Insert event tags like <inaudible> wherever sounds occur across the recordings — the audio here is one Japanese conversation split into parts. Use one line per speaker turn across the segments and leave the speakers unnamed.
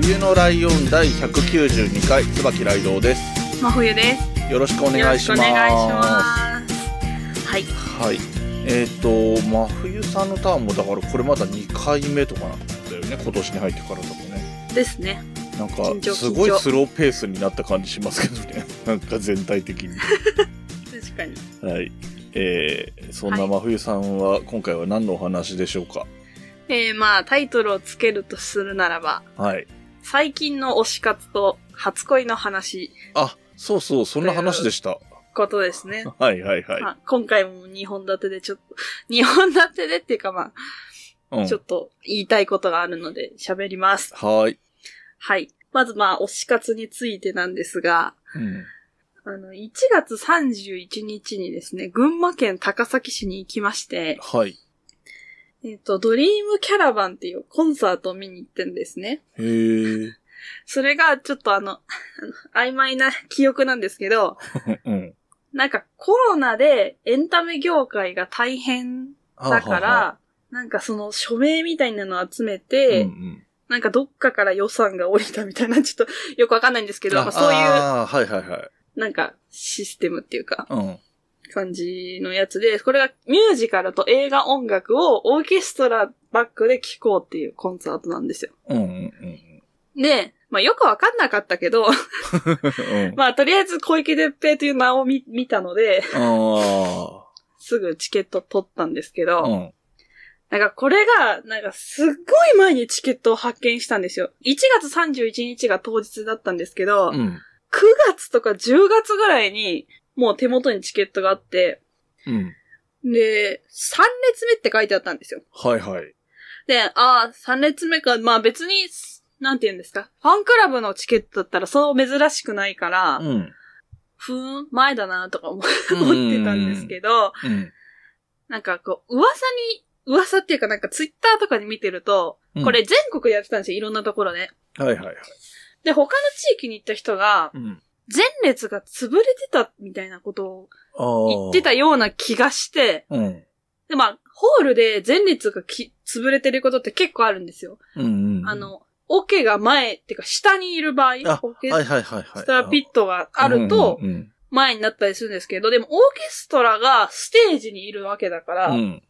冬のライオン第192回椿ライドウです
真冬です
よろしくお願いします
よろしくお願いしますはい
はいえっ、と真冬さんのターンもだからこれまだ2回目とかなんだよね今年に入ってからだとね
ですね
なん
緊張
かすごい
緊張
スローペースになった感じしますけどね <laughs> なんか全体的に
確かに
はいえー、そんな真冬さんは今回は何のお話でしょうか
えー、まあタイトルをつけるとするならば
はい
最近の推し活と初恋の話
あそうそうそんな話でした
ことですね、
はいはいはい、
まあ、今回も2本立てでちょっと2 <laughs> 本立てでっていうかま
うん
あちょっと言いたいことがあるので喋ります
はい、
はいまずまあ推し活についてなんですが
うん、
あの、1月31日にですね、群馬県高崎市に行きまして、
はい
えっ、と、ドリームキャラバンっていうコンサートを見に行ってんですね。
へえ
それがちょっとあの、 <laughs> あの曖昧な記憶なんですけど、
うん
なんかコロナでエンタメ業界が大変だから、
はあはあは
なんかその署名みたいなのを集め
あ
て、
うんうん
なんかどっかから予算が降りたみたいな、ちょっとよくわかんないんですけど、まあそういう、
ああはいはいはい。
なんかシステムっていうか、
うん。
感じのやつで、これがミュージカルと映画音楽をオーケストラバックで聴こうっていうコンサートなんですよ。
うんうん
<laughs>
うん
で、まあよくわかんなかったけど、 <laughs>
うん。
まあとりあえず小池徹平という名を見見たので、
あ
すぐチケット取ったんですけ
あ。
ど、
うん。
なんかこれが、なんかすっごい前にチケットを発見したんですよ。1月31日が当日だったんですけど、9
うん。
月とか10月ぐらいにもう手元にチケットがあって、
うん。
で、3列目って書いてあったんですよ。
はいはい。
で、ああ、3列目か、まあ別に、なんて言うんですか。ファンクラブのチケットだったらそう珍しくないから、
うん。
ふーん、前だなとか思っ
うん
思ってたんですけど、
うん。
なんかこう、噂に、噂っていうかなんかツイッターとかに見てると、
うん
これ全国でやってたんですよ、いろんなところで。
はいはいはい。
で、他の地域に行った人が、
うん。
前列が潰れてたみたいなことを
ああ。
言ってたような気がして、
うん。うん
で、まあ、ホールで前列がき潰れてることって結構あるんですよ。
うんうん。
あ、の、オケが前、っていうか下にいる場合、
あ
オケ
はい
ス
はいはいはい。
トラピットがあると
う、ん
前になったりするんですけど、でもオーケストラがステージにいるわけだか
う
ら、
んうん。うん。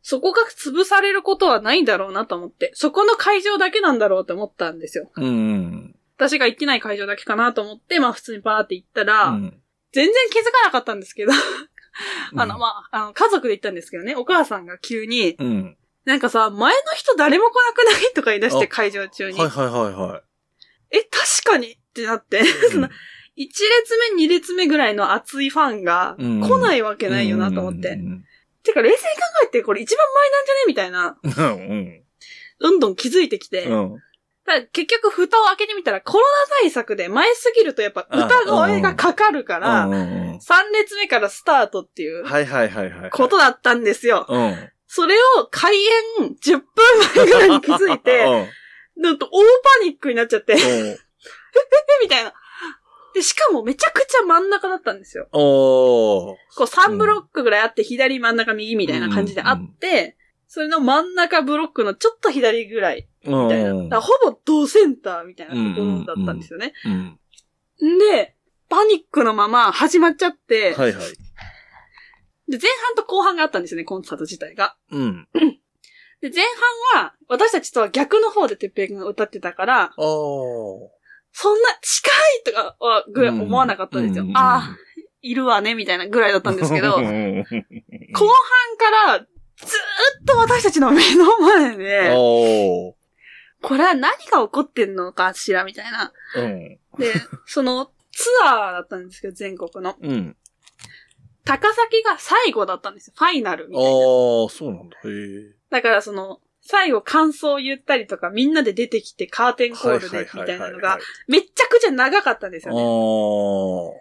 そこが潰されることはないだろうなと思って、そこの会場だけなんだろうと思ったんですよ。
うんうん。
私が行ってない会場だけかなと思って、まあ普通にバーって行ったら、
うん
全然気づかなかったんですけど、あの、
うん
まあ、あの、家族で行ったんですけどね、お母さんが急に、
うん。
なんかさ、前の人誰も来なくないとか言い出して
あ
会場中
はい
に。
はいはいは
え、確かにってなって、
い。
<laughs> その1列目、2列目ぐらいの熱いファンが
うん
来ないわけないよなと思って。
うん
てか冷静に考えてこれ一番前なんじゃねみたいな、
うん。
どんどん気づいてきて。
うん。
ただ結局蓋を開けてみたらコロナ対策で前すぎるとやっぱ歌声がかかるから、
うんうんうん
3列目からスタートっていう
はいはいはいはい。
ことだったんですよ。
うん。
それを開演10分前ぐらいに気づい
<laughs>
て、なんと大パニックになっちゃって、え
うん。うん。
みたいな。で、しかもめちゃくちゃ真ん中だったんですよ。
おー。
こう3ブロックぐらいあって、左真ん中右みたいな感じであって、それの真ん中ブロックのちょっと左ぐらい、
うん。
みたいな。だからほぼ同センターみたいなところだったんですよね。
うん。
で、パニックのまま始まっちゃって、
はいはい。
で、前半と後半があったんですよね、コンサート自体が。
うん。
で、前半は、私たちとは逆の方でてっぺいが歌ってたから、
ああ。
そんな近いとかはぐらい思わなかったんですよ。
うん
ああ、いるわね、みたいなぐらいだったんですけど、
うん
後
うんうん
半からずーっと私たちの目の前で、
おー
これは何が起こってんのかしらみたいな。
うん。 <laughs>
で、そのツアーだったんですけど、全国の。
うん。
高崎が最後だったんですよ。ファイナルみたいな。
ああ、そうなんだ。へえ。
だからその、最後感想を言ったりとか、みんなで出てきてカーテンコールで、みたいなのが、めっちゃくちゃ長かったんです
ああ
よ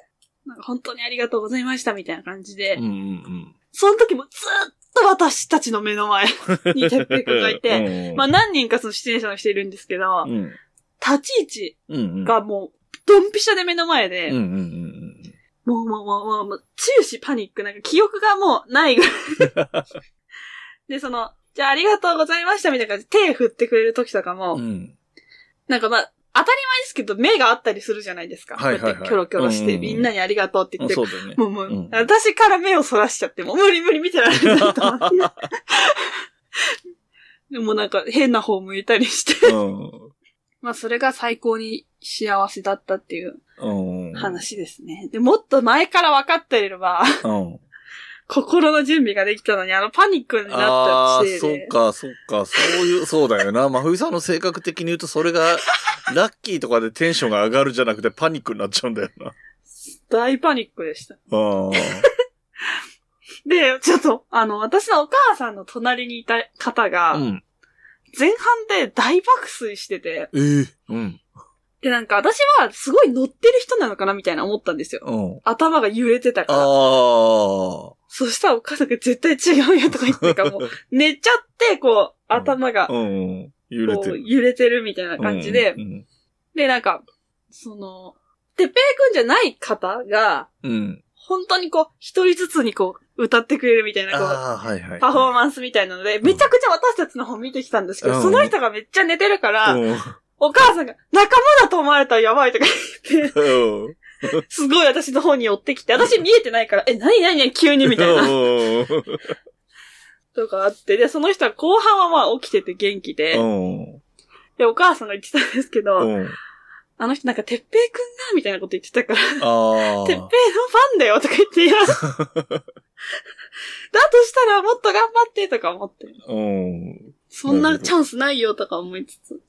ね。なんか本当にありがとうございました、みたいな感じで、
ー。うんうん
その時もずっと私たちの目の前
<laughs>
に哲平
う
君
ん。
がいて、
うん、
まあ何人かその出演者の人いるんですけど、
うんうん
立ち位置
うん。
がもう、ドンピシャで目の前で、
うんうんうん
もうもうもうもう、もう、中止パニック、なんか記憶がもうないぐらい。で、その、じゃあありがとうございましたみたいな感じで手振ってくれる時とかも、
うん。うん。
なんかまあ、当たり前ですけど目があったりするじゃないですか。
はいはいは
こう
い
やってキョロキョロし
うんうん
て、
うん
みんなにありがとうって言
あ
って、
そうだよね。
もうもう、
うん
私から目をそらしちゃって、もう無理無理見てられないと思って。でもなんか変な方向いたりして。まあそれが最高に幸せだったっていう
うん。うん。
話ですね。で、もっと前から分かっていれば、
うん。
心の準備ができたのに、あのパニックにな
あ
っ
あ
たせ
ー、
い
そ
で
っ。か、そっか、そういう、そうだよな。 <laughs> 真冬さんの性格的に言うと、それが、ラッキーとかでテンションが上がるじゃなくて、パニックになっちゃうんだよな。
大パニックでした。
あ
で、ちょっと、あの、私のお母さんの隣にいた方
あ。
が、
うん。
前半で大爆睡してて、
ええうん。
で、なんか私はすごい乗ってる人なのかなみたいな思ったんですよ。
うん。
頭が揺れてた
あ
から。
あ。
そしたらお母さんが絶対違うよとか
<laughs>
言ってから、もう寝ちゃって、こう、頭が、こ
うん。揺れて
う、
る。
揺れてるみたいな感じで
う、ん。
で、なんか、その、てっぺいくんじゃない方が、
うん。
本当にこう、一人ずつにこう、歌ってくれるみたいな、こう、
ああ、はいはい。
パフォーマンスみたいなので、めちゃくちゃ私たちの方見てきたんですけ
う
ど、
ん
その人がめっちゃ寝てるから、
うん
お母さんが仲間だと思われたらやばいとか言って、
うん。
すごい私の方に寄ってきて、私見えてないから、え、なになになに急にみたいな、
うん。
とかあって、で、その人は後半はまあ起きてて元気で、
うん。
で、お母さんが言ってたんですけど、
うん。
あの人なんか、てっぺいくんが、みたいなこと言ってたから、<laughs>
あ
てっぺいのフ。
あ
ァンだよとか言って、いや、だと
<laughs>
したらもっと頑張ってとか思って、
うん。
そんなチャンスないよとか思いつつ、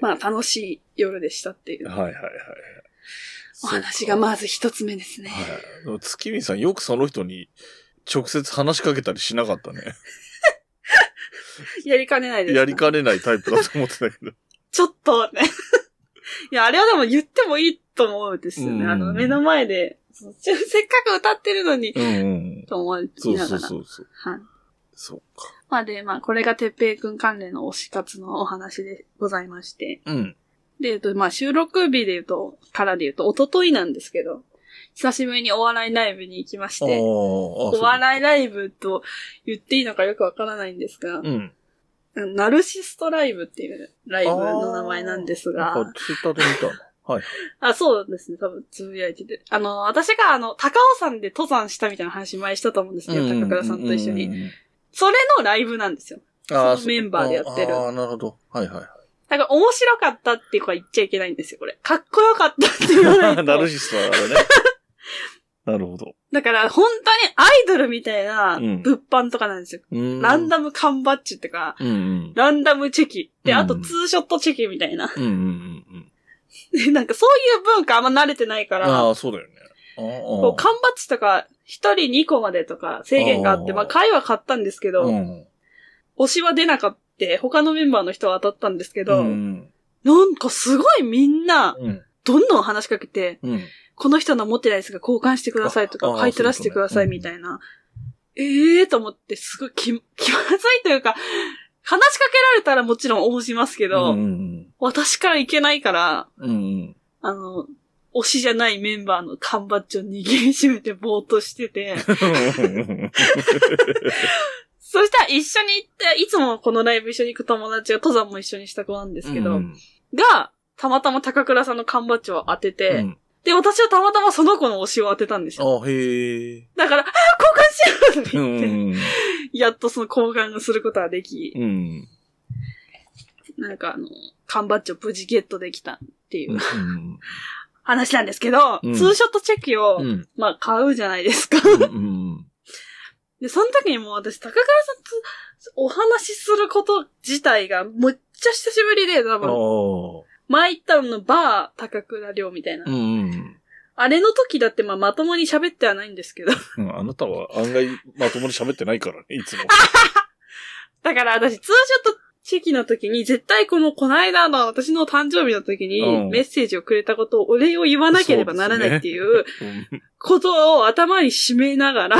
まあ楽しい夜でしたっていう
はいはいはい。
お話が
ま
まず一つ目ですね。
はい。でも月見さん、よくその人に直接話しかけたりしなかったね。
やりかねないです。
やりかねないタイプだと思って
<laughs>
たけど。
ちょっとね。いや、あれはでも言ってもいいと思うんですよね。
うん
あの、目の前で、そのせっかく歌ってるのに、
うんうん。
と思い
そう
な
そ
が
う
ら。
そうそう。
はい。
そうか。
まあで、まあ、これがてっぺいくん関連の推し活のお話でございまして。
うん。
で、えっと、まあ、収録日で言うと、からで言うと、一昨日なんですけど、久しぶりにお笑いライブに行きまし
あー
て、
あ。
お笑いライブと言っていいのかよくわからないんですが
い。、うん。
ナルシストライブっていうライブの名前なんですが、
なん
あ
かツイッターで見たな。はい。
そうですね、多分つぶやいてて。あの、私があの、高尾山で登山したみたいな話前したと思うんですけど、高倉さんと一緒
うんう
に。
んうんうん。
それのライブなんですよ。
あー
そのメンバーでやってる
ああ、なるほど。はいはいは
だから面白かったっていうか言っちゃいけないんですよ、これ。かっこよかったって言わ <laughs> ないと
い。。ナルシストだからね。 <laughs> なるほど。
だから、本当にアイドルみたいな
うん
物販とかなんですよ。
うん
ランダム缶バッジとか、
うんうん。
ランダムチェキ。で、
うん
あとツーショットチェキみたいな。
うんうんうんうん。
で <laughs> なんかそういう文化あんま慣れてないから、
ああ、そうだよね。あ
こ
あ
う缶バッジとか、一人2個までとか制限があって、
あー
まあ買いは買ったんですけ
ああ。う
ど、
ん。
推しは出なかった。他のメンバーの人は当たったんですけ
う
ど、
ん。
なんかすごいみんな、
うん。
どんどん話しかけて、
うん。
この人の持ってないやつが交換してくださいとか
あ、あ
買い取らせてくださいみたいな。ええーと思って、すごい気、 <laughs> 気まずいというか、話しかけられたらもちろん応じますけど、
うんうん
私からいけないから、
うん。うん
あの、推しじゃないメンバーの缶バッジを握りしめてぼーっとして
<laughs>
て、
うん。
そしたら一緒に行って、いつもこのライブ一緒に行く友達が登山も一緒にした子なんですけど、
うん
が、たまたま高倉さんの缶バッジを当てて、
うん
で、私はたまたまその子の推しを当てたんですよ。
あ、へえ。
だから、あー交換し
う
ようとか言って、
ん。
やっとその交換をすることができ、
うん。
なんかあの、缶バッジを無事ゲットできたっていううん話なんですけど、
うん
ツーショットチェキを、
うん。
まあ買うじゃないですか。
うん。
で、その時にもう私、高倉さんとお話しすること自体がむっちゃ久しぶりで、多
ああ。
分、前行ったのバー高倉涼みたいな。
うん。
あれの時だってまあまともに喋ってはないんですけど、 <laughs>
うんあなたは案外まともに喋ってないからね、いつも。
だから私、ツーショットチェキの時に、絶対この、こないだの私の誕生日の時
う
に、
ん
メッセージをくれたことを、お礼を言わなければならないっていうことを頭に締めながら、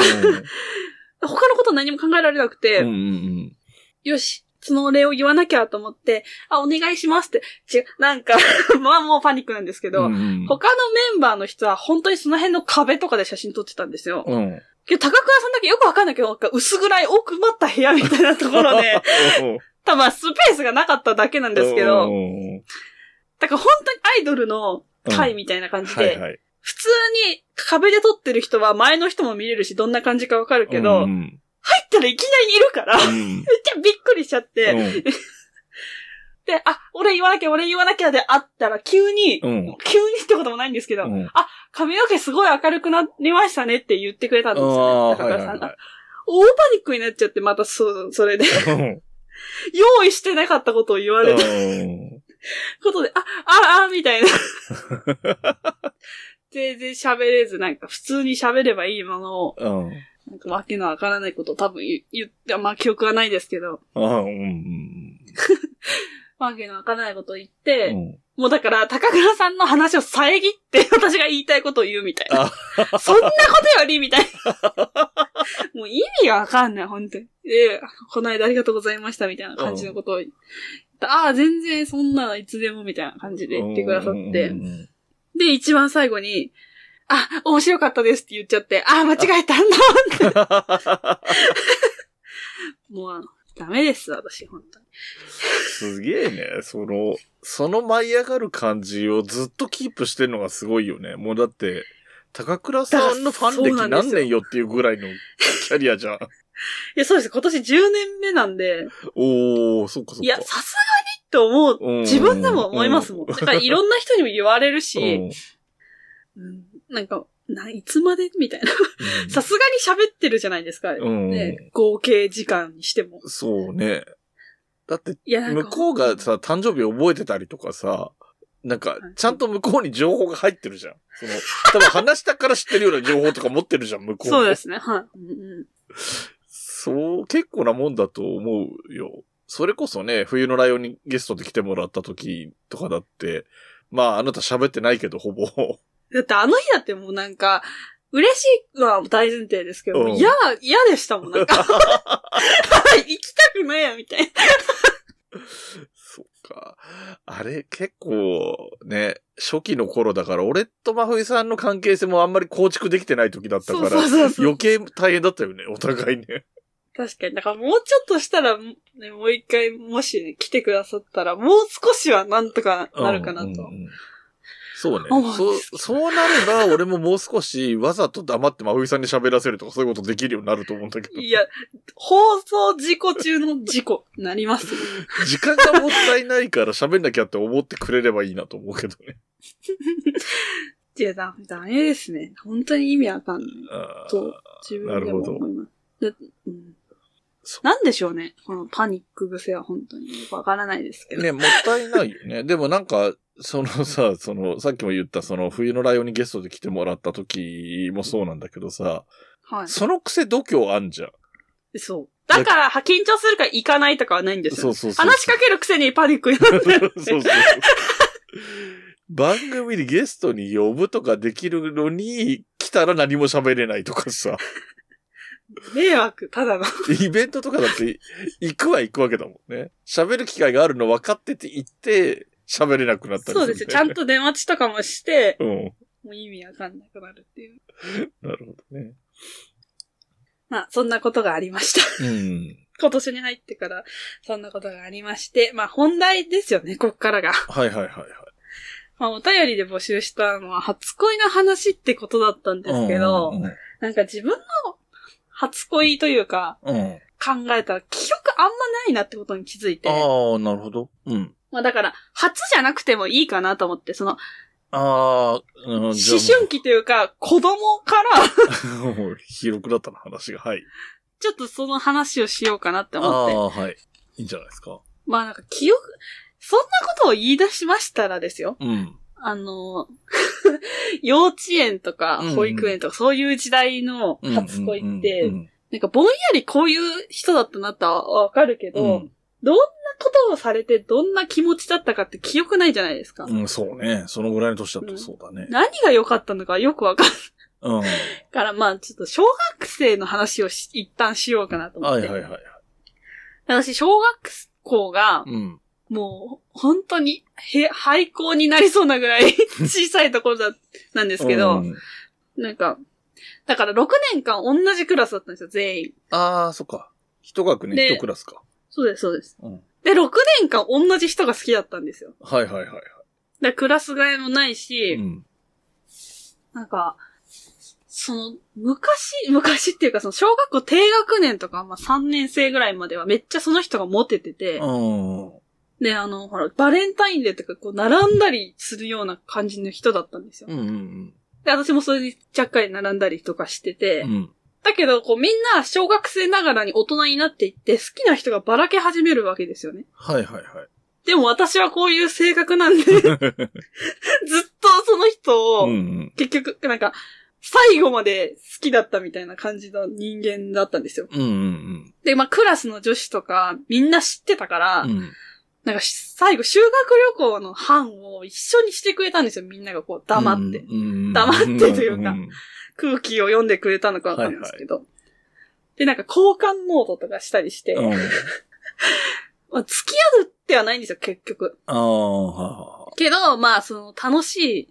他のこと何も考えられなくて、
うんうんうん
よし、そのお礼を言わなきゃと思って、あ、お願いしますって、違う、なんか、 <laughs> まあもうパニックなんですけど、
うんうん
他のメンバーの人は本当にその辺の壁とかで写真撮ってたんですよ。
うん
けど高倉さんだけよくわかんないけど、なんか薄暗い奥まった部屋みたいなところ <laughs> で、多分スペースがなかっただけなんですけ
う
ど、
んうんうん
だから本当にアイドルの会みたいな感じ
はい
で、
はい。
普通に壁で撮ってる人は前の人も見れるし、どんな感じかわかるけど、
うん
入ったらいきなりいるから、めっ
うん
ちゃびっくりしちゃって、で、あ、俺言わなきゃ、俺言わなきゃであったら、急に、
うん
急にってこともないんですけど、
うん
髪の毛すごい明るくなりましたねって言ってくれたんですよね。
あー
高
は
倉
いはい
さん
は
が。大パニックになっちゃって、またそう、それ
<laughs>
で、
いうん
用意してなかったことを言われた
うん
ことで、あ、あ、あ、み
<laughs>
たいな。全然喋れず、なんか普通に喋ればいいものを、
うん
なんかわけのわからないことを多分言言って、まあ記憶はないですけど、
うんうん
わけのわからないことを言っ
う
て、
ん
もうだから、高倉さんの話を遮って、 <laughs> 私が言いたいことを言うみたいな。 <laughs> そんなことよりみたいな。 <laughs> もう意味がわかんない、本当に。で、この間ありがとうございました、みたいな感じのことを言った。ああ、全然そんなのいつでも、みたいな感じで言ってくださっ
う
て
ん。うん
で、一番最後に、あ、面白かったですって言っちゃって、ああ、間違えたんだ。
<laughs>
<laughs> もうあの、ダメです、私、本当に。
すげえね。その、その舞い上がる感じをずっとキープしてるのがすごいよね。もうだって、高倉さんのファン
だ
歴
そうなんで
何
すよ
年よっていうぐらいのキャリアじゃん。
いや、そうです。今年10年目なんで、
おー、そっかそっか。
いや、さすがにって思う
うん
自分でも思いますもん。だからいろんな人にも言われるし、うんなんか、ないつまでみたいな。
うん
さすがに喋ってるじゃないですか。
うん
ね、合計時間にしても。
そうね。だって、
いや、なんか
向こうがさ、誕生日覚えてたりとかさ、なんか、ちゃんと向こうに情報が入ってるじゃん。その、多分話したから知ってるような情報とか持ってるじゃん、向こうも
そうですね。はい。うんうん
そう、結構なもんだと思うよ。それこそね、冬のライオンにゲストで来てもらった時とかだって、まあ、あなた喋ってないけど、ほぼ。 <laughs>
だってあの日だってもうなんか、嬉しいのは大前提ですけど、
うん
嫌だ、嫌でしたもん。なん
<laughs>
か、 <laughs> 行きたくないや、みたいな。
そっか。あれ、結構、ね、初期の頃だから、俺と真冬さんの関係性もあんまり構築できてない時だった
そ
か
うそ
ら
う、そうそう。
余計大変だったよね、お互いね。
確かに。だからもうちょっとしたら、ね、もう一回、もしね、来てくださったら、もう少しはなんとかなるかなと。
うんうんうんそうね。
思うん
そ
で
う、
すけど
そうなれば、俺ももう少し、わざと黙って真冬さんに喋らせるとか、そういうことできるようになると思うんだけど。
いや、放送事故中の事故、なりますよ。 <laughs>
時間がもったいないから喋んなきゃって思ってくれればいいなと思うけど
<laughs>
ね。
いや、だダメですね。本当に意味わかんない。
あー
と、自分でも思います。だうん
そ
なんでしょうね。このパニック癖は本当によくわからないですけど。
ね、もったいない
<laughs>
よね。でもなんか、そのさ、 <laughs> その、さっきも言った、その、冬のライオンにゲストで来てもらった時もそうなんだけどさ、
は
そのくせ度胸あんじゃん。
い。そう。だから、は緊張するから行かないとかはないんです
そ
よ。
うそうそう。。
話しかけるくせにパニックになってる
<laughs> そうそう。番組にゲストに呼ぶとかできるのに、来たら何も喋れないと
<laughs>
かさ、
迷惑、ただの。
イベントとかだって、行くは行くわけだもんね。喋る機会があるの分かってて行って、喋れなくなっ
そう
たりするんだよね、
ですよ。ちゃんと出待ちとかもして、
うん。
もう意味わかんなくなるっていう。
なるほどね。
まあ、そんなことがありました。
うん。
今年に入ってから、そんなことがありまして、まあ本題ですよね、こっからが。
はいはいはいはい。
まあお便りで募集したのは、初恋の話ってことだったんですけど、
うんうん
なんか自分の初恋というか、
うん。うん
考えたら記憶あんまないなってことに気づいて、
ああ、なるほど。うん。
まあだから、初じゃなくてもいいかなと思って、その、
ああ、うん、思
思春期というか、子供から、
<laughs> 広くなったな、話が。はい。
ちょっとその話をしようかなって
あ
思って。
あ、はい。いいんじゃないですか。
まあなんか記憶、そんなことを言い出しましたらですよ。
うん。
あの、 <laughs> 幼稚園とか
うんうん
保育園とかそういう時代の初恋って、なんかぼんやりこういう人だったなってわかるけど、
うん
どんなことをされてどんな気持ちだったかって記憶ないじゃないですか。
うん、そうね。そのぐらいの年だとそうだね。
何が良かったのかよくわかんない
うん。は
から、まあちょっと小学生の話をし一旦しようかなと思っ
い
て。
はいはい。
私、小学校が、
うん。
もう、本当に、へ、廃校になりそうなぐら
<laughs>
い小さいところだ、なんで
です
けど、
うん、
なんか、だから6年間同じクラスだったんですよ、全員。
ああ、そっか。一学年、
で
一クラスか。
そうです、そうです。
うん。
で、6年間同じ人が好きだったんですよ。
はいはいはいは
で、クラス替えもない
い。
し、
うん。
なんか、その、昔、昔っていうか、その、小学校低学年とか、まあ3年生ぐらいまではめっちゃその人がモテてて、
うん。
で、あの、ほら、バレンタインデーとか、こう、並んだりするような感じの人だったんですよ
うん。うん
で、私もそれにちゃっかり並んだりとかしてて、
うん。うん。
だけど、こう、みんな小学生ながらに大人になっていって、好きな人がばらけ始めるわけですよね。
はいはいはい。
でも私はこういう性格なん
<laughs>
で、ずっとその人を、
うんうん。
結局、なんか、最後まで好きだったみたいな感じの人間だったんですよ。
うんうん
で、まあ、クラスの女子とか、みんな知ってたから、
うん。うん。
なんかし、最後、修学旅行の班を一緒にしてくれたんですよ。みんながこう、黙って。
うんうんうん。
黙ってというか
んん
空気を読んでくれたのかわかんないですけど。で、なんか、交換モードとかしたりして、
うん。
まあ、付き合うってはないんですよ、結局。
ああ、はあはあ。
けど、まあ、その、楽しい、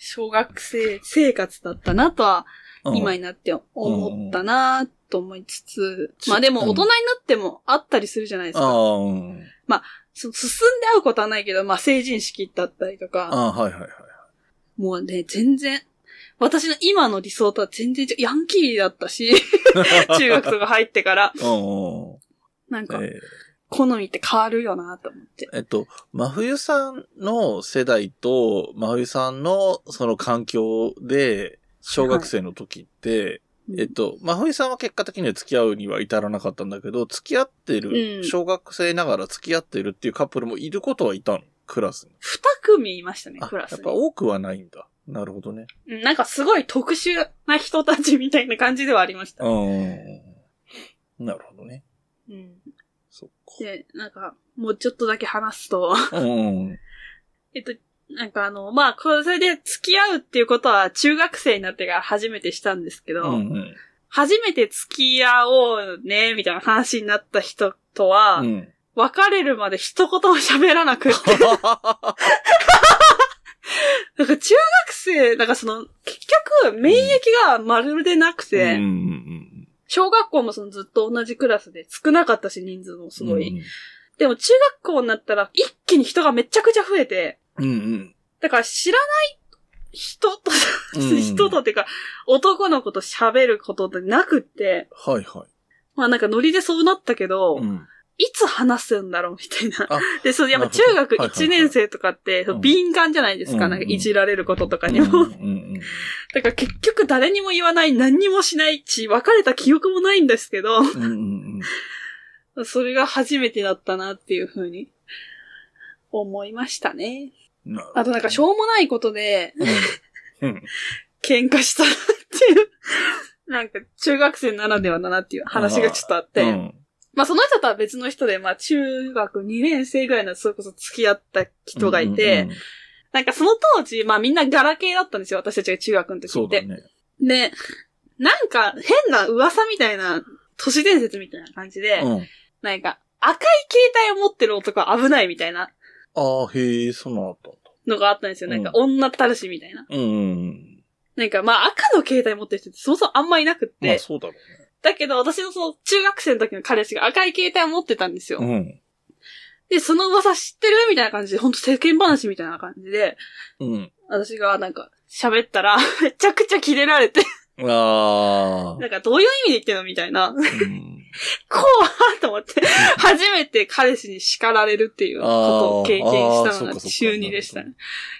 小学生生活だったなとは、
うん
今になって思ったなと思いつつ、
うん
まあでも大人になってもあったりするじゃないです
あ
か。
あ、うん。
そ進んで会うことはないけど、まあ成人式だったりとか、
ああ、はいはいはい。
もうね、全然、私の今の理想とは全然違う、ヤンキーだった
<laughs>
し、 <laughs> 中学とか入ってから、
うんうん
なんか、
え
好みって変わるよなと思って。
ーえっと、真冬さんの世代と、真冬さんのその環境で、小学生の時って、
うん
えっと、真冬さんは結果的には付き合うには至らなかったんだけど、付き合ってる、
うん
小学生ながら付き合ってるっていうカップルもいることはいたのクラスに。
二組いましたね、
あ、
ク
や
ラ
っ
ス
ぱ
に。
多くはないんだ。なるほどね。
うんなんかすごい特殊な人たちみたいな感じではありました。
うん。なるほどね。
うん、
そっ
で、なんか、もうちょっとだけ話すと、 <laughs>
か。うん。
えっと、なんかあの、まあ、これそれで付き合うっていうことは中学生になってから初めてしたんですけ
う
ど、
ん。
初めて付き合おうね、みたいな話になった人とは、
うん。
別れるまで一言も喋らなく
<laughs>
って、なんか中学生、なんかその、結局、免疫がまるでなくて、
うんうんうん
小学校もそのずっと同じクラスで少なかったし、人数もすごい。
うん
でも中学校になったら一気に人がめちゃくちゃ増えて、
うん
だから知らない人と、
うん
人とっていうか、男の子と喋ることってなくって、
はいは
まあなんかノリでそうなったけど、
い。うん
いつ話すんだろうみたいな
あ。
<laughs> で、そう、やっぱ中学1年生とかって、
はいはいはい
そう敏感じゃないですか、
うん
なんかいじられることとかに
うんう
も。
ん
だから結局誰にも言わない、何にもしないし、別れた記憶もないんですけど、
うんうんうん
それが初めてだったなっていうふうに思いましたね。
うんなるほど
あとなんかしょうもないことで、
うんうん
喧嘩したなっていう、 <laughs> なんか中学生ならではだなっていう話がちょっとあって、
うん
まあその人とは別の人で、まあ中学2年生ぐらいのそれこそ付き合った人がいて、
うんうんうん
なんかその当時、まあみんなガラケーだったんですよ、私たちが中学の時
そ
っ
うだ
て。
ね。
で、なんか変な噂みたいな、都市伝説みたいな感じで、
うん
なんか赤い携帯を持ってる男は危ないみたいな
ああ、へえ、そんなのあったんだ。
のがあったんですよ。なんか女たらしみたいな。
うんうん
なんかまあ赤の携帯持ってる人ってそもそもあんまいなくっ
うん。
て、
まあそうだろ
だけど、私のその中学生の時の彼氏が赤い携帯を持ってたんですよ。
うね。
で、その噂知ってるみたいな感じで、ほんと世間話みたいな感じで、
うん。うん。
私がなんか喋ったら、 <laughs> めちゃくちゃキレられて、
ああ
な。んかどういう意味で言ってんのみたいな。こ
うん
うと思って、初めて彼氏に叱られるっていうことを経験したの
あーあーそっかそ
が
っか
中2でした
な
ね。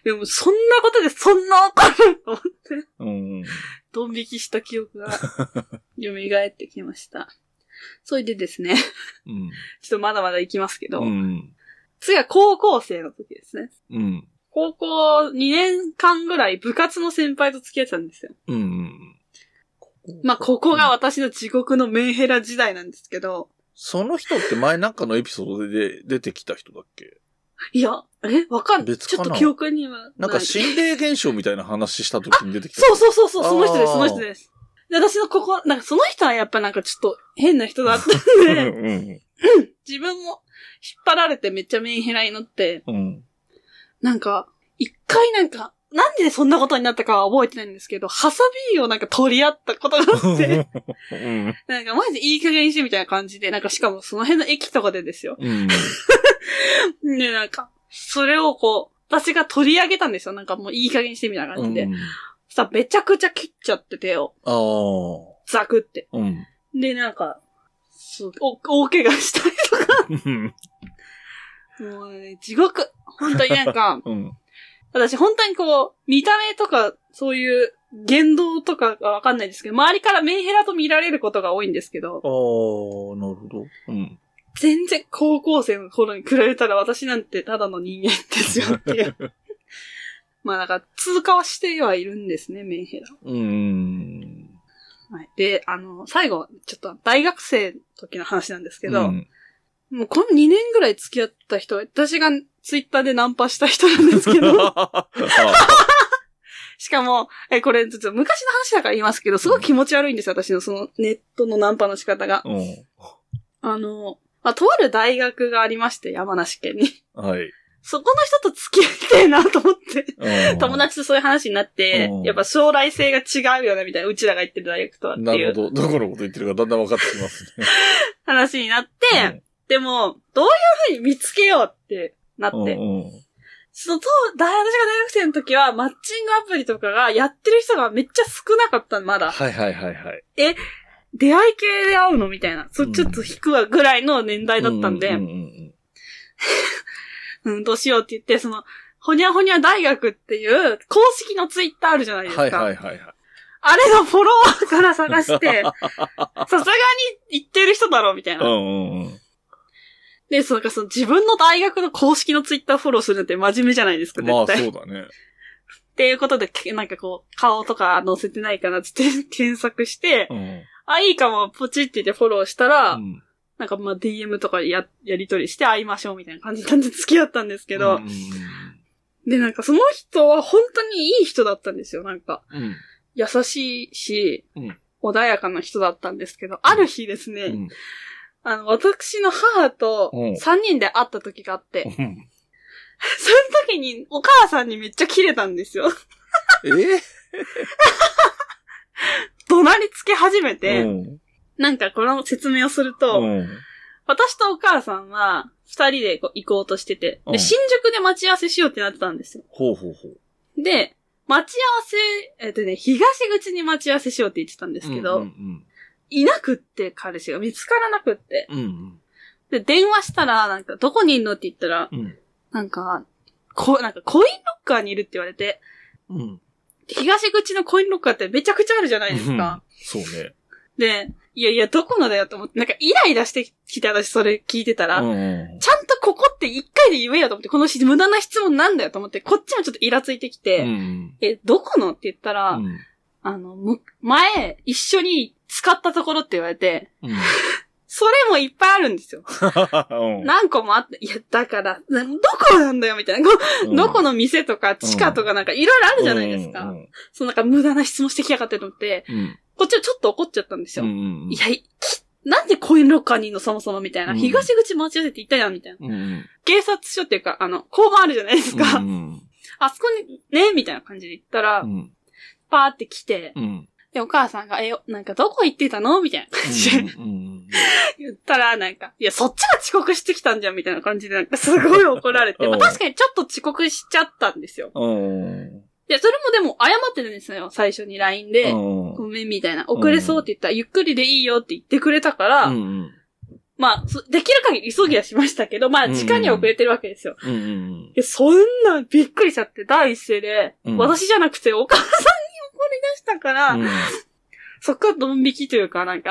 でも、そんなことでそんな怒るの
うん。
ドン引きした記憶が蘇ってきました。それでですね、
うん。
ちょっとまだまだ行きますけど、
うん。
次は高校生の時ですね。
うん。
高校2年間ぐらい部活の先輩と付き合ってたんですよ。
うんうん。高
まあ、ここが私の地獄のメンヘラ時代なんですけど、
その人って前なんかのエピソードで出てきた人だっけ
いや、え、わかんない。
別
ち
か
ょ
な
っと記憶にはない。
なんか心霊現象みたいな話した時に出てきた。
そうそうそうそう、その人です、
あー
その人です。で、私のここ、なんかその人はやっぱなんかちょっと変な人だったん
うん <laughs>
で、
うん
自分も引っ張られてめっちゃメンヘラに乗って、
うん。
なんか、一回なんか、なんでそんなことになったかは覚えてないんですけど、ハサビをなんか取り合ったことがあって、
うん。
<laughs> なんかマジいい加減にしてみたいな感じで、なんかしかもその辺の駅とかでですよ。
うん。
で、なんか、それをこう、私が取り上げたんですよ。なんかもういい加減にしてみたいな
う
感じ
ん。
で。さ、めちゃくちゃ切っちゃって手を、
ああ。
ザクって。
うん。
で、なんか、そう、お、大怪我した <laughs> りとか。
うん。、
もうね、地獄。本当になんか
うん。
私本当にこう、見た目とか、そういう言動とかがわかんないですけど、周りからメンヘラと見られることが多いんですけど
あ、あ、なるほど。うん。
全然高校生の頃に比べたら私なんてただの人間ですよって
<laughs>
いう。まあなんか、通過はしてはいるんですね、メンヘラ。
うん。
はい、で、あの、最後、ちょっと大学生の時の話なんですけど、 <laughs>
うん
もうこの2年ぐらい付き合った人、私がツイッターでナンパした人なんです
<laughs>
けど、
あ
しかも、え、これ、ちょっと昔の話だから言いますけど、すごく気持ち悪いんですよ、私のそのネットのナンパの仕方が。
うん。
あの、まあ、とある大学がありまして、山梨県に。 <laughs>
はい。
そこの人と付き合いたいなと思って、
うん
友達とそういう話になって
うん、
やっぱ将来性が違うよね、みたいな、うちらが行ってる大学とはって
ないる
う
ほど。どこのこと言ってるかだんだん分かってきますね。
話になって、でも、どういうふうに見つけようってなって、
うんうん
その当、大私が大学生の時は、マッチングアプリとかがやってる人がめっちゃ少なかったの、まだ。
はいはいはいはい。
出会い系で会うのみたいな。そ、
うん
ちょっと引くわぐらいの年代だったんで、う
うんんうん
どうしようって言って、その、ほにゃほにゃ大学っていう公式のツイッターあるじゃないで
うん
すか。
はいはいはいは
あれのフォロワーから探
<laughs>
して、さすがに行ってる人だろうみたい
い。
な。
うんうんうん。
で、そのかその自分の大学の公式のツイッターフォローするのって真面目じゃないですか、絶対。
まあそうだね。
っていうことで、けなんかこう、顔とか載せてないかなって <laughs> 言って検索して
う、ん
あ、いいかも、ポチって言ってフォローしたら、
うん。
なんかまあ DM とかや、やりとりして会いましょうみたいな感じなんで付き合ったんですけど、
うん
で、なんかその人は本当にいい人だったんですよ、なんか。
うん
優しいし、
うん
穏やかな人だったんですけど、ある日ですね、
うん。
あの、私の母と
うん
3人で会った時があって、
うん
その時にお母さんにめっちゃキレたんですよ。 <laughs>
え
怒鳴りつけ始めて、
うん
なんかこの説明をすると、
うん
私とお母さんは、二人でこう行こうとしてて、
うん
で、新宿で待ち合わせしようってなってたんですよ。
ほうほうほう。
で、待ち合わせ、えっとね、東口に待ち合わせしようって言ってたんですけど、
うん
いなくって、彼氏が見つからなくって。
うんうん。
で、電話したら、なんか、どこにいんのって言ったら、
うん
なんか、こ、なんか、コインロッカーにいるって言われて、
うんうん。
東口のコインロッカーってめちゃくちゃあるじゃないですか。
そうね。
で、いやいや、どこのだよと思って、なんか、イライラしてきて、私それ聞いてたら、
うんうん
ちゃんとここって一回で言えよと思って、この無駄な質問なんだよと思って、こっちもちょっとイラついてきて、
うん
え、どこのって言ったら、
うんうん
あの、む前、一緒に使ったところって言われて、 <laughs>
うん
それもいっぱいあるんですよ。
う
何個もあって、いや、だから、などこなんだよみたいな。こ
ん
どこの店とか地下とかなんかいろいろあるじゃないですか。
うんうん
そのなんか無駄な質問してきやがってと思って、
うん
こっちはちょっと怒っちゃったんです
う
よ。
んうん
いや、いきなんでコインロッカーにいんのそもそもみたいな。
うん
東口待ち合わせって言ったやんみたいな。
うんうん
警察署っていうか、あの、交番あるじゃないですか。
うんうん
あそこに、ね、みたいな感じで行ったら、
うん
パーって来て、 <laughs>
うん
で、お母さんが、え、なんかどこ行ってたのみたいな感じで
うん
言ったら、なんか、いや、そっちが遅刻してきたんじゃん、みたいな感じで、なんかすごい怒られて、
うん
まあ確かにちょっと遅刻しちゃったんですよ。
うん
いや、それもでも謝ってるんですよ、最初に LINE で。
うん
ごめん、みたいな。遅れそうって言ったら、ゆっくりでいいよって言ってくれたから、
うんうん
まあ、そできる限り急ぎはしましたけど、まあ、時間には遅れてるわけですよ。
うんうん
いや、そんなんびっくりしちゃって、第一声で、
うん
私じゃなくてお母さんに怒り出したから、
うん
そっからドン引きというか、なんか、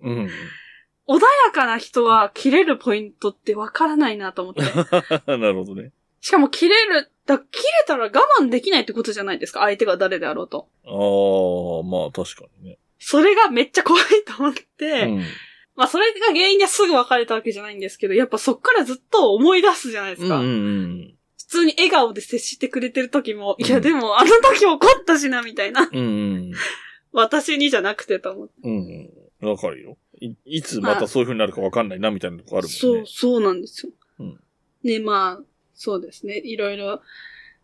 穏
うん <laughs>
やかな人は切れるポイントってわからないなと思って。
うんなるほどね。
しかも切れる、だ、切れたら我慢できないってことじゃないですか、相手が誰であろうと。
ああ、まあ確かにね。
それがめっちゃ怖いと思って、
うん
まあそれが原因ですぐ別れたわけじゃないんですけど、やっぱそっからずっと思い出すじゃないです
うん
か。
うん
普通に笑顔で接してくれてる時も、
うん
いやでもあの時怒ったしな、みたいな。 <laughs>
うんうん
私にじゃなくてと思って。
うんうんわかるよ。いいつまたそういう風になるかわかんないな、みたいなとこあるもん
そう、
ね。
そうなんですよ。
うん
で、まあ、そうですね。いろいろ。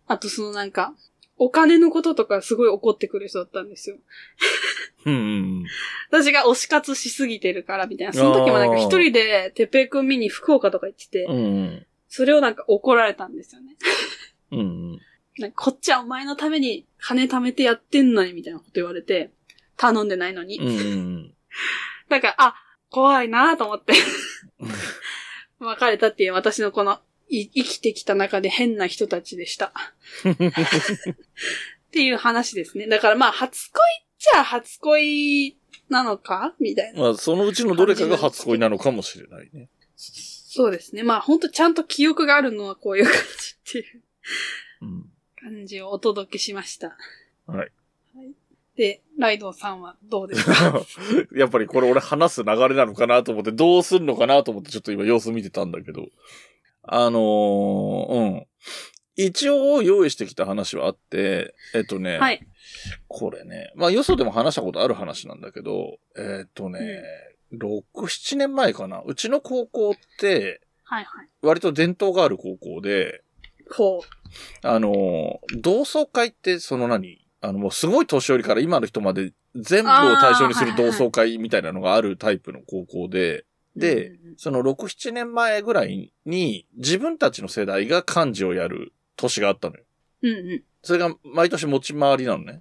あとそのなんか、お金のこととかすごい怒ってくる人だったんですよ。
うんうん
私が推し活しすぎてるから、みたいな。その時もなんか一人で、てっぺいくん見に福岡とか行ってて
うん。う、ん
それをなんか怒られたんですよね。 <laughs>
うん。うん
なんかこっちはお前のために金貯めてやってんのに、みたいなこと言われて、頼んでないのに。
うん。うんうん
だから、あ、怖いなと思
<laughs>
って。別れたっていう私のこの、い生きてきた中で変な人たちで
<laughs>
した。っていう話ですね。だからまあ、初恋っちゃ初恋なのかみたいな。
まあ、そのうちのどれかが初恋なのかもしれないね。
そうですね。まあ、ほんとちゃんと記憶があるのはこういう感じっていう
うん。
感じをお届けしました。
はい。
で、ライドウさんはどうです
<laughs>
か
やっぱりこれ俺話す流れなのかなと思って、どうすんのかなと思ってちょっと今様子見てたんだけど。あのーうん。一応用意してきた話はあって、えっとね、
はい。
これね、まあよそでも話したことある話なんだけど、えっとね、6、7年前かな。うちの高校って、
はいはい。
割と伝統がある高校で、
こ
あの、同窓会って、その何あの、もうすごい年寄りから今の人まで全部を対象にする同窓会みたいなのがあるタイプの高校で、
う。
で
うんうんうん、
その6、7年前ぐらいに自分たちの世代が漢字をやる年があったのよ。
うんうん。
それが毎年持ち回りなのね。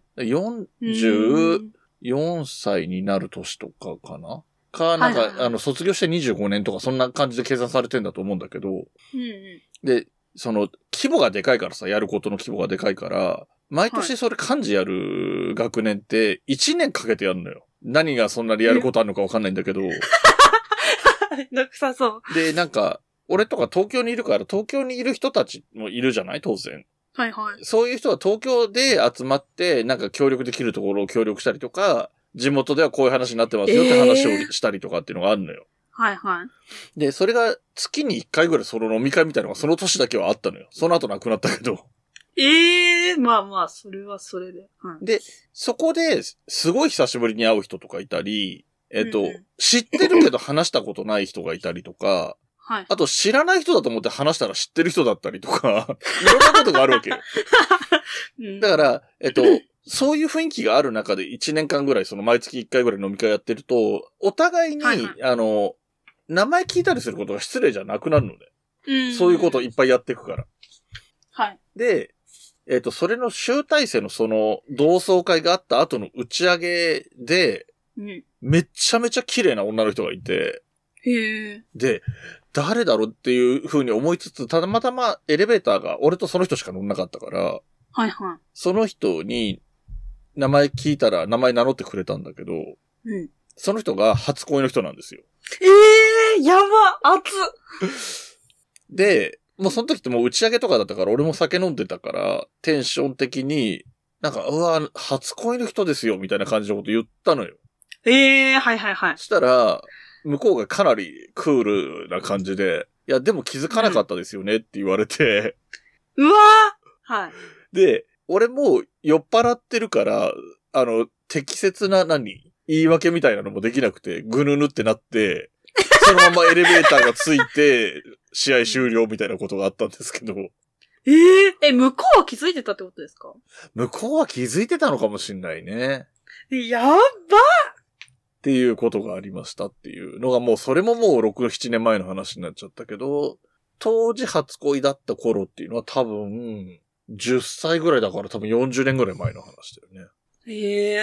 44歳になる年とかかなか、な
は
ん
いはいは
か、
い
あの、卒業して25年とかそんな感じで計算されてんだと思うんだけど、
うんうん。
で、その、規模がでかいからさ、やることの規模がでかいから、毎年それ漢字やる学年って、1年かけてやるのよ。何がそんなにやることあるのかわかんないんだ
<laughs>
けど、
めんどくさそう。
で、なんか、俺とか東京にいるから、東京にいる人たちもいるじゃない当然。
はいはい。
そういう人は東京で集まって、なんか協力できるところを協力したりとか、地元ではこういう話になってますよって話
えー
をしたりとかっていうのがあるのよ。
はいはい。
で、それが月に1回ぐらいその飲み会みたいなのがその年だけはあったのよ。その後なくなったけど。
ええまあまあ、それはそれで。はい、
で、そこで、すすごい久しぶりに会う人とかいたり、えっと、
うんうん
知ってるけど話したことない人がいたりとか、
はい。
あと知らない人だと思って話したら知ってる人だったりとか、 <laughs> いろんなことがあるわけよ。
うん
だから、えっと、そういう雰囲気がある中で1年間ぐらい、その毎月1回ぐらい飲み会やってると、お互いに、
はいは
あの、名前聞いたりすることが失礼じゃなくなるので、
うん
そういうことをいっぱいやっていくから。
はい。
で、えっ、と、それの集大成のその同窓会があった後の打ち上げで、
うん。
めっちゃめちゃ綺麗な女の人がいて、
へえ。
で、誰だろうっていう風に思いつつ、たまたまエレベーターが俺とその人しか乗んなかったから、
はいは
その人に名前聞いたら名前名乗ってくれたんだけど、
い。うん。
その人が初恋の人なんですよ。
ええやば熱
で、もうその時ってもう打ち上げとかだったから、俺も酒飲んでたから、テンション的に、なんか、うわ、初恋の人ですよ、みたいな感じのこと言ったのよ。
ええはいはいはい
そ。したら、向こうがかなりクールな感じで、いや、でも気づかなかったですよねって言われて、
うわーはい。
で、俺もう酔っ払ってるから、あの、適切な何言い訳みたいなのもできなくて、ぐぬぬってなって、そのままエレベーターがついて、試合終了みたいなことがあったんですけど、
えええ、向こうは気づいてたってことですか
向こうは気づいてたのかもしんないね。
やば
っていうことがありましたっていうのがもうそれももう6、7年前の話になっちゃったけど、当時初恋だった頃っていうのは多分、10歳ぐらいだから多分40年ぐらい前の話だよね。
え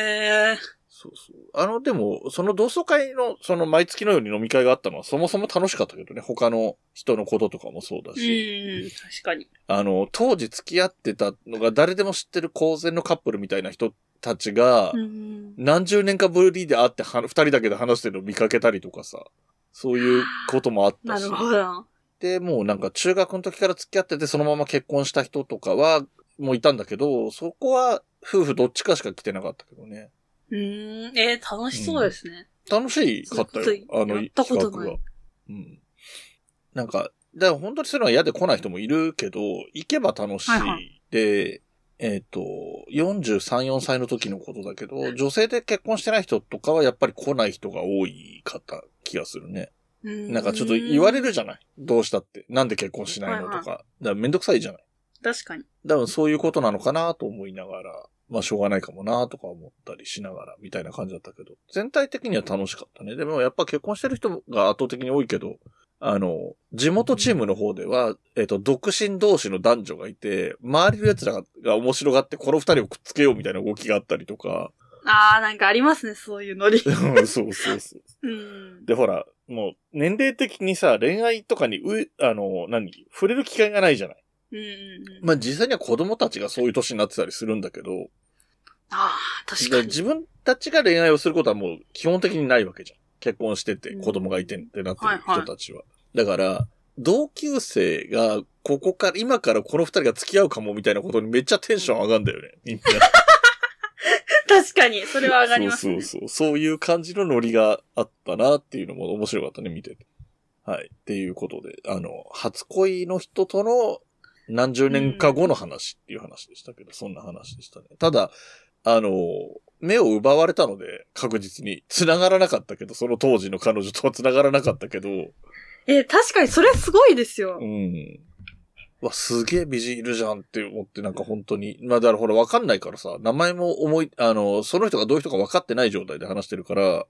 え
そうそう。あの、でも、その同窓会の、その毎月のように飲み会があったのはそもそも楽しかったけどね、他の人のこととかもそうだし、
うん、確かに。
あの、当時付き合ってたのが誰でも知ってる公然のカップルみたいな人たちが、
ん。
何十年かぶりで会っては、二人だけで話してるのを見かけたりとかさ、そういうこともあった
な
し
る。ほど。
で、もうなんか中学の時から付き合ってて、そのまま結婚した人とかは、もういたんだけど、そこは夫婦どっちかしか来てなかったけどね。
ううーん、えー、楽しそうですね。
楽しいかったよ
そういう。こと
あの、
やっ
企
たこと
画
ない
が。うん。なんか、だから本当にそういうのは嫌で来ない人もいるけど、行けば楽しい。
はいは
で、えっ、と、43、4歳の時のことだけど、女性で結婚してない人とかはやっぱり来ない人が多いかった気がするね。な
なん
かちょっと言われるじゃないどうしたって。なんで結婚しないのとか。だからめんどくさいじゃない
確かに。
多分そういうことなのかなと思いながら、まあしょうがないかもなとか思ったりしながらみたいな感じだったけど、全体的には楽しかったね。でもやっぱ結婚してる人が圧倒的に多いけど、あの、地元チームの方では、えっ、と、独身同士の男女がいて、周りの奴らがが面白がってこの二人をくっつけようみたいな動きがあったりと <laughs> か、
あー、なんかありますね、そういうノリ。
うんそうそうそう。
うん。
で、ほら、もう年齢的にさ、恋愛とかにう、あの、何、触れる機会がないじゃない。
うんうんうん。
まあ実際には子供たちがそういう年になってたりするんだけど、
あー、確
だか
か
ら
に。
自分たちが恋愛をすることはもう基本的にないわけじゃん。結婚してて
うん
子供がいてってなって
はい
る
はい
人たちは。だから、同級生がここから、今からこの二人が付き合うかもみたいなことにめっちゃテンション上がるんだよね。みんな。
<laughs> 確かに、それは上がります
そ
ね
う。そうそう。そういう感じのノリがあったなっていうのも面白かったね、見てて。はい。っていうことで、あの、初恋の人との何十年か後の話っていう話でしたけど、そんな話でしたね。ただ、あの、目を奪われたので、確実に。繋がらなかったけど、その当時の彼女とは繋がらなかったけど、
えー、確かに、それすごいですよ
う。ん。うわ、すげえ美人いるじゃんって思って、なんか本当に。まあ、だからほら、わかんないからさ、名前も思い、あの、その人がどういう人か分かってない状態で話してるから、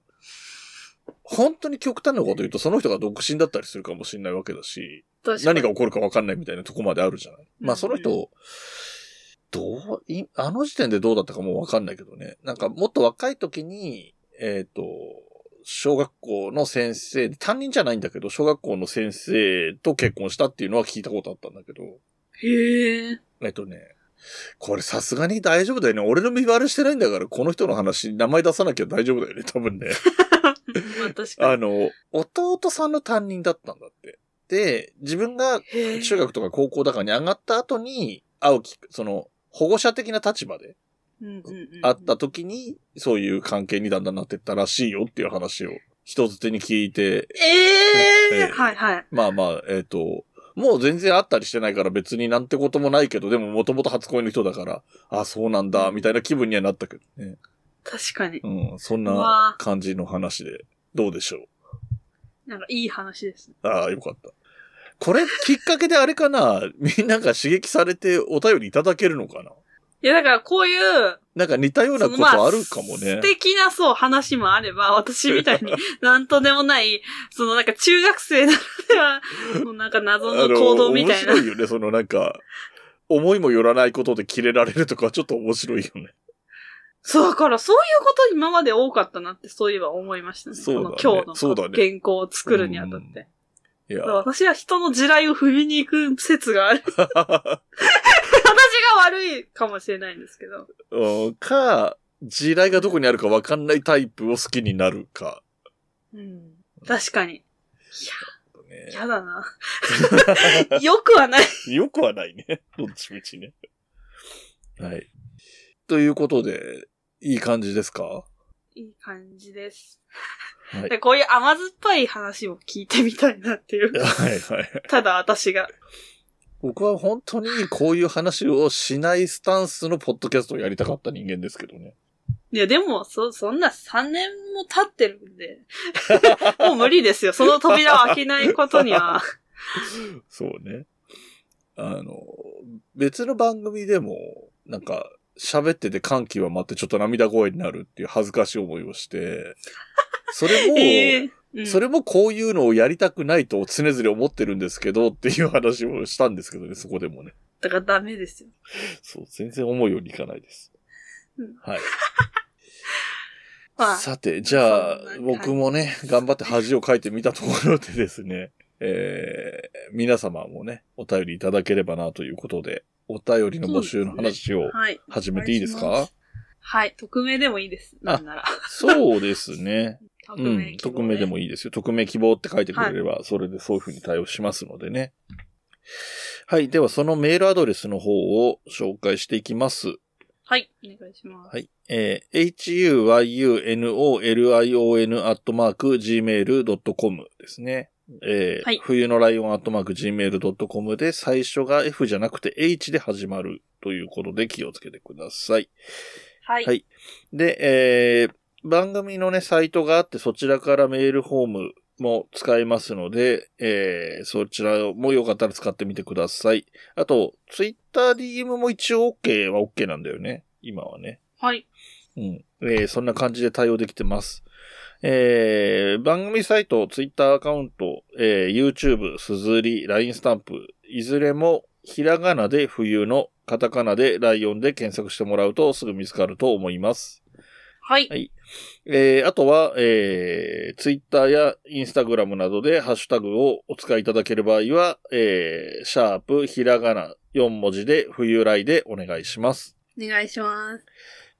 本当に極端なこと言うと、その人が独身だったりするかもしれないわけだし、
確かに。
何が起こるか分かんないみたいなとこまであるじゃない。まあ、その
うん
人、どう、いあの時点でどうだったかもう分かんないけどね。なんか、もっと若い時に、えっ、と、小学校の先生、担任じゃないんだけど、小学校の先生と結婚したっていうのは聞いたことあったんだけど、
へえ。
えっとね、これさすがに大丈夫だよね。俺の身バレしてないんだから、この人の話、名前出さなきゃ大丈夫だよね、多分ね。
<laughs> まあ確か
あ
に。
の、弟さんの担任だったんだって。で、自分が
へえ
中学とか高校だからに上がった後に、会うき、その、保護者的な立場で
うんうんうん
会った時に、そういう関係にだんだんなってったらしいよっていう話を、人づてに聞いて、
え
ええ
えはいはい。
まあまあ、えっ、と、もう全然会ったりしてないから別になんてこともないけど、でももともと初恋の人だから、あ、そうなんだ、みたいな気分にはなったけどね。
確かに。
うん、そん
う
な
わ
感じの話で、どうでしょ
なんかいい話ですね。
う。ああ、よかった。これ、きっかけであれかな <laughs> みんなが刺激されてお便りいただけるのかない
やだからこういう、
なんか似たような
そ
こ
の
と
ま
あるかもね
素。敵なそう話もあれば、私みた
<laughs>
いになんとでもない、そのなんか中学生ならでは、のなんか謎の行動みたいな
面白。いよね、そのなんか、思いもよらないことでキレられるとか、ちょっと面白いよね。
そう、だからそういうこと今まで多かったなってそういえば思いましたね。
そうだね
この今日
そう
の
だ
原
ね
稿を作るにあたっ
うん
て。
いや
だから私は人の地雷を踏みに行く説があ
<laughs>
る。私が悪いかもしれないんですけど。
うんか、地雷がどこにあるか分かんないタイプを好きになるか。
うん。確かに。
ね
やだな。 <laughs> よくはない。
よくはないね。 <laughs> どっちみちね。はい。ということで、いい感じですか
いい感じです。
はい
でこういう甘酸っぱい話を聞いてみたいなっていう。
はいはい。
ただ私が。
僕は本当にこういう話をしないスタンスのポッドキャストをやりたかった人間ですけどね。
いや、でも、そ、そんな3年も経ってるんで。 <laughs> もう無理ですよ。その扉を開けないことに
<laughs>
は。
そうね。あの、別の番組でも、なんか、喋ってて歓喜は待ってちょっと涙声になるっていう恥ずかしい思い
<laughs>
をして、それも、
ええうん
それもこういうのをやりたくないと常々思ってるんですけどっていう話をしたんですけどね、そこでもね。
だからダメですよ。
そう、全然思うようにいかないです。
うん
はい。
まあ、
さて、じゃあ
そんな、感じ
僕もね、頑張って恥をかいてみたところでですね、 <laughs> えー、皆様もね、お便りいただければなということで、お便りの募集の話を
はい。
始めていいです
お願い
か
しはい。匿名でもいいです。なんなら。
そうですね。
<laughs> 匿
うん、
希望
匿名でもいいですよ。匿名希望って書いてくれれば、それでそういうふうに対応しますのでね。はい。では、そのメールアドレスの方を紹介していきます。
はい、お願いします。
はい。えー huyunolion.gmail.com ですね。えー
はい
冬のライオン .gmail.com で最初が F じゃなくて H で始まるということで気をつけてください。
はい
はいで、えー番組のね、サイトがあってそちらからメールフォームも使えますので、えーそちらもよかったら使ってみてください。あと、Twitter DM も一応 OK は OK なんだよね。今はね。
はい。
うん。えーそんな感じで対応できてます。えー番組サイト、ツイッターアカウント、えー YouTube、すずり、LINE スタンプ、いずれも、ひらがなで冬の、カタカナでライオンで検索してもらうとすぐ見つかると思います。
はい
は。いえーあとは、えー、ツイッターやインスタグラムなどでハッシュタグをお使いいただける場合は、えーシャープ、ひらがな、4文字で冬来でお願いします。
お願いします。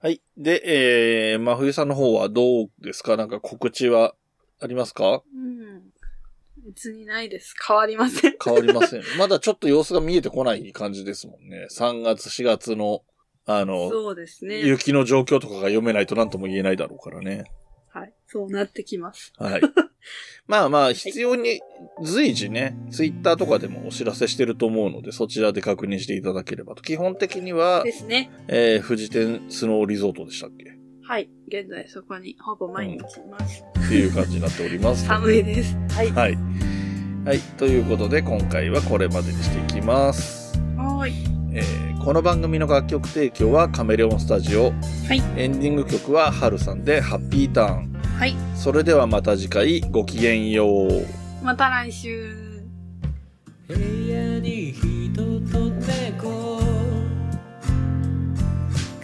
はい。で、えー、真冬さんの方はどうですかなんか告知はありますか
うん。別にないです。変わりません。
変わりません。 <laughs> まだちょっと様子が見えてこない感じですもんね。3月、4月の、あの、
そうですね。
雪の状況とかが読めないと何とも言えないだろうからね。
はい。そうなってきます。
はい。 <laughs> まあまあ、必要に随時ね、ツイッターとかでもお知らせしてると思うので、そちらで確認していただければと。基本的には
で、すね。
えー、富士天スノーリゾートでしたっけ
はい。現在そこにほぼ毎日います。
っていう感じになっております。
寒いです。はい。
はい。はい。ということで、今回はこれまでにしていきます。
はーい。
えーこの番組の楽曲提供はカメレオンスタジオ。
い
エンディング曲はハルさんでハッピーターン。
はい。
それではまた次回、ごきげんよう。
また来週。
部屋に人と猫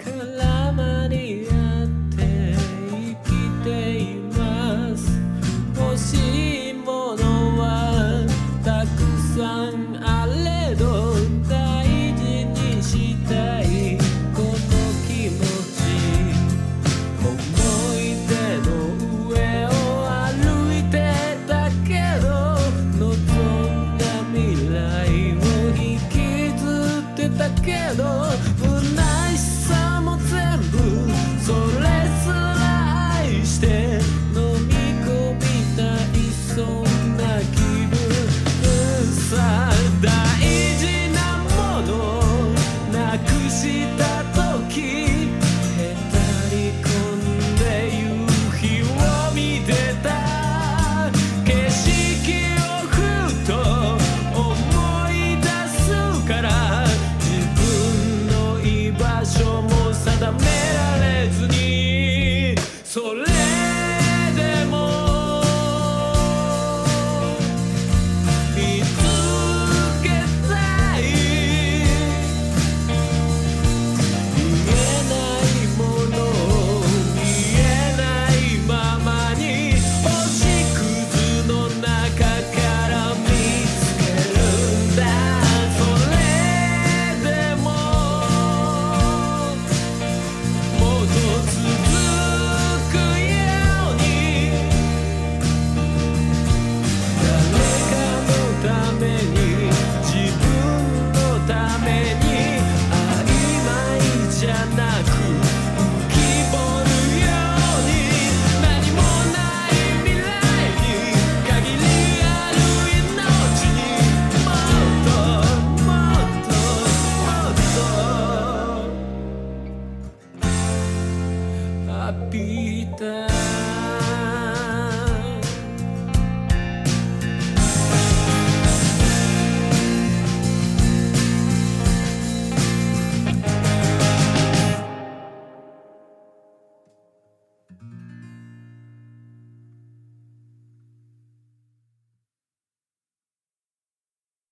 絡まり合って生きています欲しいものはたくさんあれど大事にしたいこの気持ち「思い出の上を歩いてたけど」「望んだ未来を引きずってたけど」「虚しさも全部それすら愛して」「飲み込みたいそんな気分さ」「大事なものなくした時」「へたり込んで夕日を見てた」「景色をふと思い出すから」「自分の居場所も定められずにそれでも」「見つけたい」「見えないもの見えないままに星屑の中から見つけるんだ」「それでももっと続くように」「誰かのために自分のために」「曖昧じゃなく浮き彫るように」「何もない未来に限りある命にもっともっともっと」「habita」